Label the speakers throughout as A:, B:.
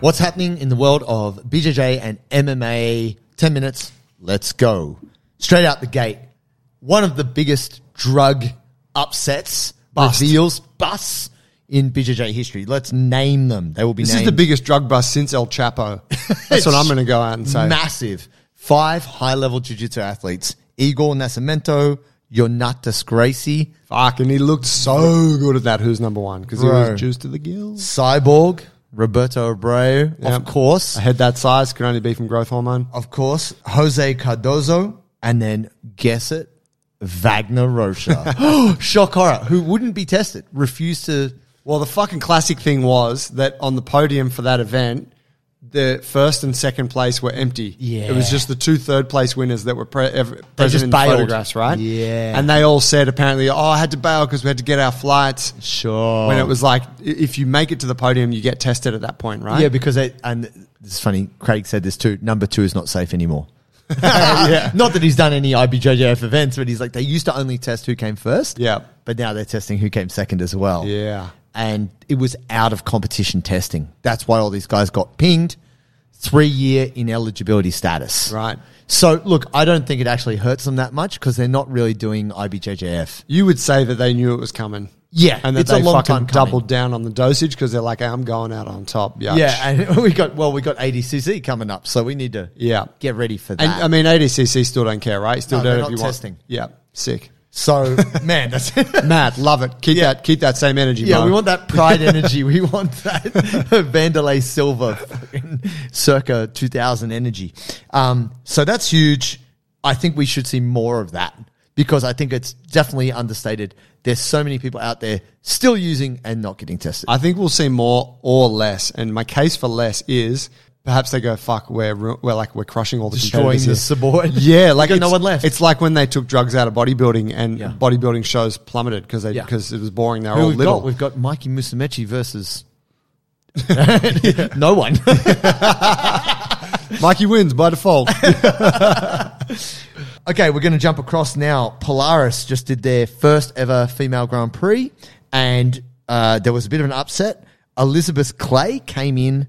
A: What's happening in the world of BJJ and MMA? 10 minutes. Let's go. Straight out the gate. One of the biggest drug upsets,
B: Bust.
A: reveals, busts in BJJ history. Let's name them. They will be
B: This
A: named.
B: is the biggest drug bust since El Chapo. That's what I'm going to go out and say.
A: Massive. Five high level jiu jitsu athletes Igor Nascimento, Yonatas Gracie,
B: Fuck, and he looked so good at that. Who's number one? Because he
A: Bro.
B: was juiced to the gills.
A: Cyborg, Roberto Abreu, of
B: Yep.
A: course.
B: A head that size can only be from growth hormone.
A: of course, Jose Cardozo, and then guess it, Wagner Rocha. Shock horror, who wouldn't be tested, refused to.
B: Well, the fucking classic thing was that on the podium for that event, the first and second place were empty.
A: Yeah.
B: It was just the two third place winners that were pre- ev-
A: just
B: present in the
A: bailed.
B: photographs, right?
A: Yeah.
B: And they all said apparently, oh, I had to bail because we had to get our flights.
A: Sure.
B: When it was like, i- if you make it to the podium, you get tested at that point, right?
A: Yeah, because they, and it's funny, Craig said this too number two is not safe anymore. Not that he's done any IBJJF events, but he's like, they used to only test who came first.
B: Yeah.
A: But now they're testing who came second as well.
B: Yeah.
A: and it was out of competition testing. That's why all these guys got pinged. Three year ineligibility status.
B: Right.
A: So, look, I don't think it actually hurts them that much because they're not really doing IBJJF.
B: You would say that they knew it was coming.
A: Yeah,
B: And that
A: it's a
B: they
A: long time
B: fucking
A: coming.
B: doubled down on the dosage because they're like, hey, I'm going out on top. Yach.
A: Yeah, and we got well, we got ADCC coming up, so we need to
B: Yeah.
A: get ready for that.
B: And I mean, ADCC still don't care, right? Still
A: No,
B: do
A: they're
B: it if
A: not
B: you want.
A: testing.
B: Yeah, sick.
A: so man, that's
B: Matt, love it. Keep that. Keep that same energy.
A: yeah,
B: Mo.
A: we want that pride energy. We want that Vanderlei Silver fucking circa 2000 energy. Um, so that's huge. I think we should see more of that because I think it's definitely understated. There's so many people out there still using and not getting tested.
B: I think we'll see more or less. And my case for less is perhaps they go, "Fuck, we're ru- we're like we're crushing all the
A: Destroying
B: competitors
A: the
B: here."
A: sport.
B: Yeah, like
A: We've
B: it's,
A: got no one left.
B: It's like when they took drugs out of bodybuilding and
A: Yeah.
B: bodybuilding shows plummeted because they
A: Yeah.
B: because it was boring. They were
A: Who
B: all
A: we've
B: little.
A: got? We've got Mikey Musumeci versus no one.
B: Mikey wins by default.
A: Okay, we're going to jump across now. Polaris just did their first ever female Grand Prix, and uh, there was a bit of an upset. Elizabeth Clay came in,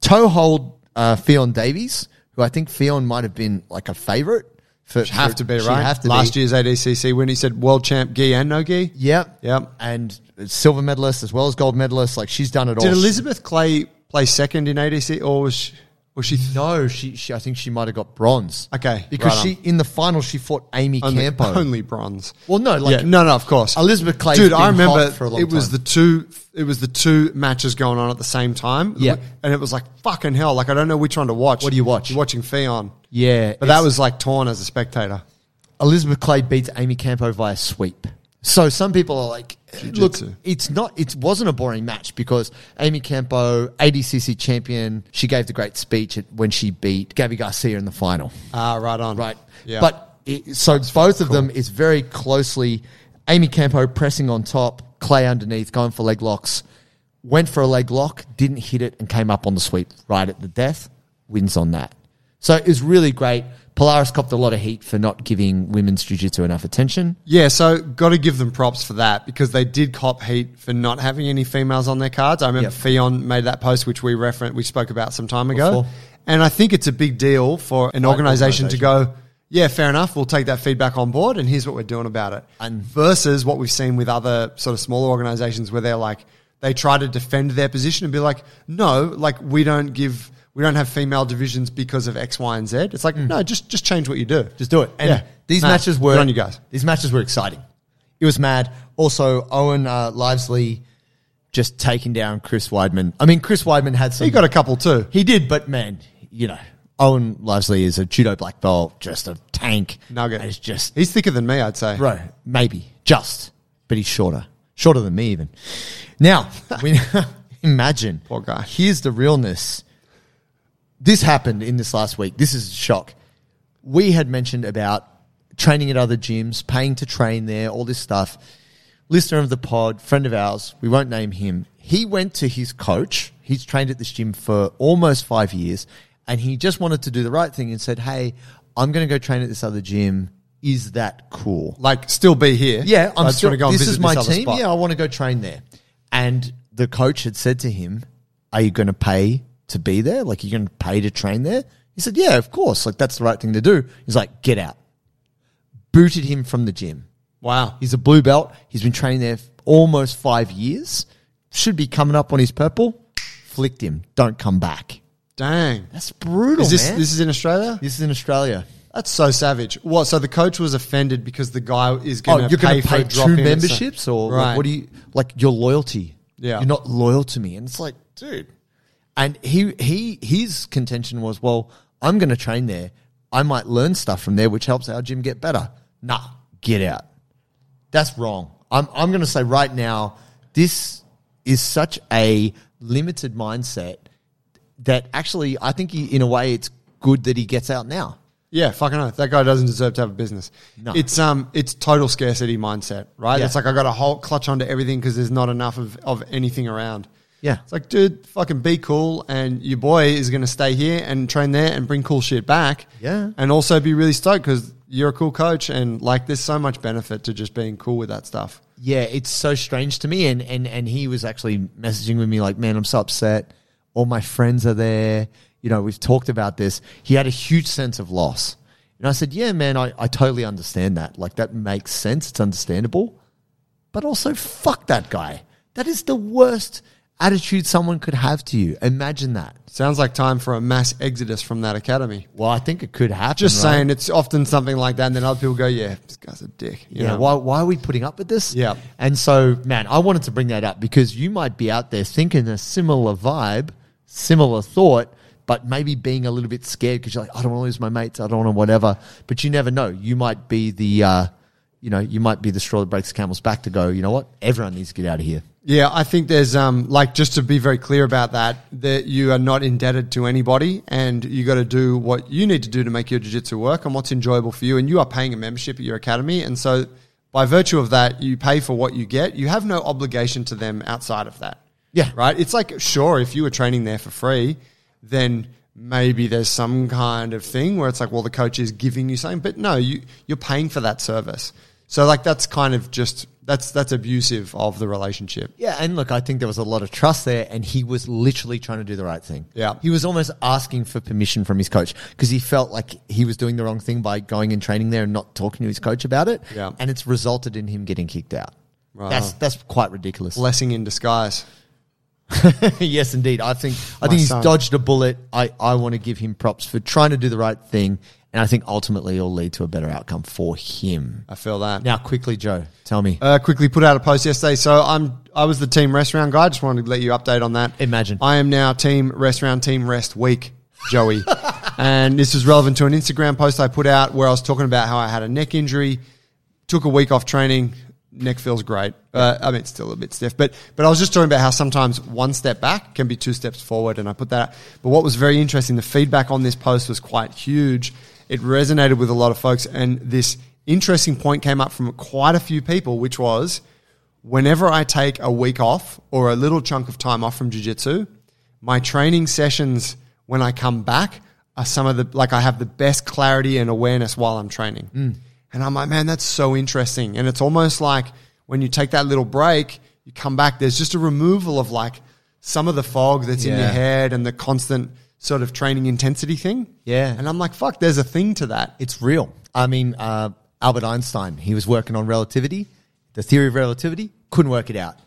A: toe hold uh, Fionn Davies, who I think Fionn might have been like a favorite. For,
B: Should have to be
A: she'd
B: right.
A: have to
B: Last
A: be.
B: year's ADCC when he said world champ gi and no gi.
A: Yep.
B: Yep.
A: And silver medalist as well as gold medalist. Like she's done it all.
B: Did Elizabeth Clay play second in ADC or was she, was she
A: No, she, she. I think she might have got bronze.
B: Okay,
A: because
B: right
A: she in the final she fought Amy
B: only,
A: Campo.
B: only bronze?
A: Well, no, like-
B: Yeah, no, no, of course.
A: Elizabeth Clay's
B: dude.
A: been
B: I remember
A: hot for a long
B: it was
A: time.
B: the two. It was the two matches going on at the same time.
A: Yeah.
B: and it was like fucking hell. Like I don't know which one to watch.
A: What do you watch?
B: You're watching Fionn.
A: Yeah,
B: but that
A: it's-
B: was like torn as a spectator.
A: Elizabeth Clay beats Amy Campo via sweep. So some people are like, look,
B: Jiu-jitsu.
A: it's not, it wasn't a boring match because Amy Campo, ADCC champion, she gave the great speech at, when she beat Gabby Garcia in the final.
B: Ah, right on.
A: Right.
B: Yeah.
A: But it, so both of them is very closely Amy Campo pressing on top, Clay underneath, going for leg locks. Went for a leg lock, didn't hit it, and came up on the sweep right at the death. Wins on that. So it was really great. Polaris copped a lot of heat for not giving women's jiu jitsu enough attention.
B: Yeah, so got to give them props for that because they did cop heat for not having any females on their cards. I remember
A: Yep.
B: Fionn made that post, which we referenced, we spoke about some time ago,
A: Before.
B: and I think it's a big deal for an organization, to go, yeah, fair enough, we'll take that feedback on board, and here's what we're doing about it.
A: And-
B: versus what we've seen with other sort of smaller organizations where they're like they try to defend their position and be like, no, like we don't give. We don't have female divisions because of X, Y, and Z. It's like no, just Mm. just change what you do.
A: Just do it. And
B: Yeah.
A: these
B: Nah,
A: matches were
B: good on you guys.
A: These matches were exciting. It was mad. Also, Owen uh, Livesley just taking down Chris Weidman. I mean, Chris Weidman had some.
B: He got a couple too.
A: He did, but man, you know, Owen Livesley is a judo black belt, just a tank.
B: Nugget.
A: It's just,
B: He's thicker than me, I'd say.
A: bro, maybe, just, but he's shorter, shorter than me even. Now, we, imagine.
B: Poor guy.
A: Here's the realness. this happened in this last week. This is a shock. We had mentioned about training at other gyms, paying to train there, all this stuff. Listener of the pod, friend of ours, we won't name him. He went to his coach. He's trained at this gym for almost five years, and he just wanted to do the right thing and said, "Hey, I'm going to go train at this other gym. Is that cool?"
B: Like, still be here.
A: Yeah,
B: I
A: I'm
B: just
A: still,
B: wanna go and
A: this
B: visit
A: is my
B: other
A: team.
B: spot.
A: Yeah, I want to go train there. And the coach had said to him, "Are you going to pay to be there? Like, you're going to pay to train there?" He said, "Yeah, of course. Like, that's the right thing to do." He's like, "Get out." Booted him from the gym.
B: Wow.
A: He's a blue belt. He's been training there f- almost five years. Should be coming up on his purple. Flicked him. Don't come back.
B: Dang.
A: That's brutal,
B: Is this
A: man.
B: this is in Australia?
A: this is in Australia.
B: That's so savage. What? So the coach was offended because the guy is going
A: oh,
B: to
A: you're
B: pay,
A: going to
B: for a
A: pay
B: drop
A: two
B: in at some-
A: memberships, or like,
B: Right.
A: what do you like? Your loyalty.
B: Yeah.
A: you're not loyal to me, and it's like, dude. And he he his contention was, well, I'm going to train there. I might learn stuff from there, which helps our gym get better. Nah, get out. That's wrong. I'm I'm going to say right now, this is such a limited mindset that actually I think he, in a way it's good that he gets out now.
B: Yeah, fucking oath. That guy doesn't deserve to have a business.
A: No.
B: It's um, it's total scarcity mindset, right?
A: Yeah.
B: It's like I got to hold clutch onto everything because there's not enough of, of anything around.
A: Yeah.
B: It's like, dude, fucking be cool, and your boy is gonna stay here and train there and bring cool shit back.
A: Yeah.
B: and also be really stoked because you're a cool coach, and like, there's so much benefit to just being cool with that stuff.
A: yeah, it's so strange to me. And and and he was actually messaging with me like, man, I'm so upset. All my friends are there. You know, we've talked about this. He had a huge sense of loss. And I said, yeah, man, I, I totally understand that. Like, that makes sense. It's understandable. But also, fuck that guy. That is the worst attitude someone could have to you. Imagine that.
B: Sounds like time for a mass exodus from that academy.
A: Well, I think it could happen.
B: Just
A: right?
B: saying, it's often something like that, and then other people go, "Yeah, this guy's a dick." you
A: yeah,
B: know?
A: why, why are we putting up with this?
B: Yeah.
A: And so, man, I wanted to bring that up because you might be out there thinking a similar vibe, similar thought, but maybe being a little bit scared because you're like, I don't want to lose my mates. I don't want to whatever. But you never know. You might be the, uh, you know, you might be the straw that breaks the camel's back to go, you know what? Everyone needs to get out of here.
B: Yeah, I think there's um like just to be very clear about that that you are not indebted to anybody and you got to do what you need to do to make your jiu-jitsu work and what's enjoyable for you and you are paying a membership at your academy and so by virtue of that you pay for what you get. You have no obligation to them outside of that.
A: Yeah.
B: Right? It's like sure if you were training there for free then maybe there's some kind of thing where it's like well the coach is giving you something but no you you're paying for that service. So like that's kind of just that's that's abusive of the relationship.
A: Yeah, and look, I think there was a lot of trust there, and he was literally trying to do the right thing.
B: Yeah.
A: He was almost asking for permission from his coach because he felt like he was doing the wrong thing by going and training there and not talking to his coach about it.
B: Yeah.
A: And it's resulted in him getting kicked out.
B: Wow.
A: That's that's quite ridiculous.
B: blessing in disguise.
A: yes, indeed. I think I
B: My
A: think he's
B: son.
A: dodged a bullet. I, I want to give him props for trying to do the right thing, and I think ultimately it'll lead to a better outcome for him.
B: I feel that.
A: Now, quickly, Joe, tell me.
B: Uh, quickly put out a post yesterday. So I'm I was the team rest round guy. I just wanted to let you update on that.
A: Imagine.
B: I am now team rest round, team rest week, Joey. and this is relevant to an Instagram post I put out where I was talking about how I had a neck injury, took a week off training. Neck feels great. Uh, I mean, it's still a bit stiff, but but I was just talking about how sometimes one step back can be two steps forward, and I put that. Out. But what was very interesting, the feedback on this post was quite huge. It resonated with a lot of folks, and this interesting point came up from quite a few people, which was, whenever I take a week off or a little chunk of time off from jujitsu, my training sessions when I come back are some of the like I have the best clarity and awareness while I'm training.
A: Mm.
B: And I'm like, man, that's so interesting. And it's almost like when you take that little break, you come back, there's just a removal of like some of the fog that's in your
A: Yeah.
B: head and the constant sort of training intensity thing.
A: Yeah.
B: And I'm like, fuck, there's a thing to that.
A: It's real. I mean, uh, Albert Einstein, he was working on relativity, the theory of relativity, couldn't work it out.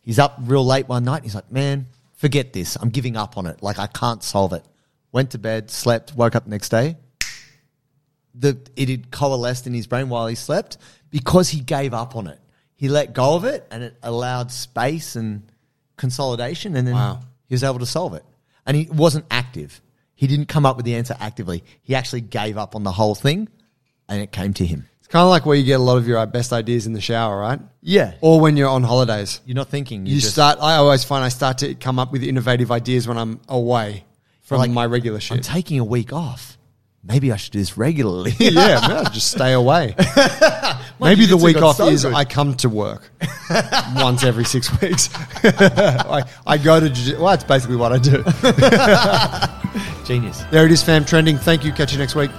A: He's up real late one night. He's like, man, forget this. I'm giving up on it. Like, I can't solve it. Went to bed, slept, woke up the next day. The, it had coalesced in his brain while he slept because he gave up on it. He let go of it and it allowed space and consolidation. And then
B: Wow.
A: he was able to solve it. And he wasn't active. He didn't come up with the answer actively. He actually gave up on the whole thing and it came to him.
B: It's kind of like where you get a lot of your uh, best ideas in the shower, right?
A: Yeah.
B: Or when you're on holidays.
A: You're not thinking.
B: you
A: just-
B: start i always find i start to come up with innovative ideas when i'm away from
A: Like,
B: my regular
A: I'm
B: shit.
A: taking a week off. Maybe I should do this regularly.
B: yeah, man, I'd just stay away. Maybe the
A: jiu-jitsu
B: week
A: got
B: off
A: so
B: is
A: good.
B: I come to work once every six weeks. I, I go to jiu- well, that's basically what I do.
A: Genius.
B: There it is, fam. Trending. Thank you. Catch you next week.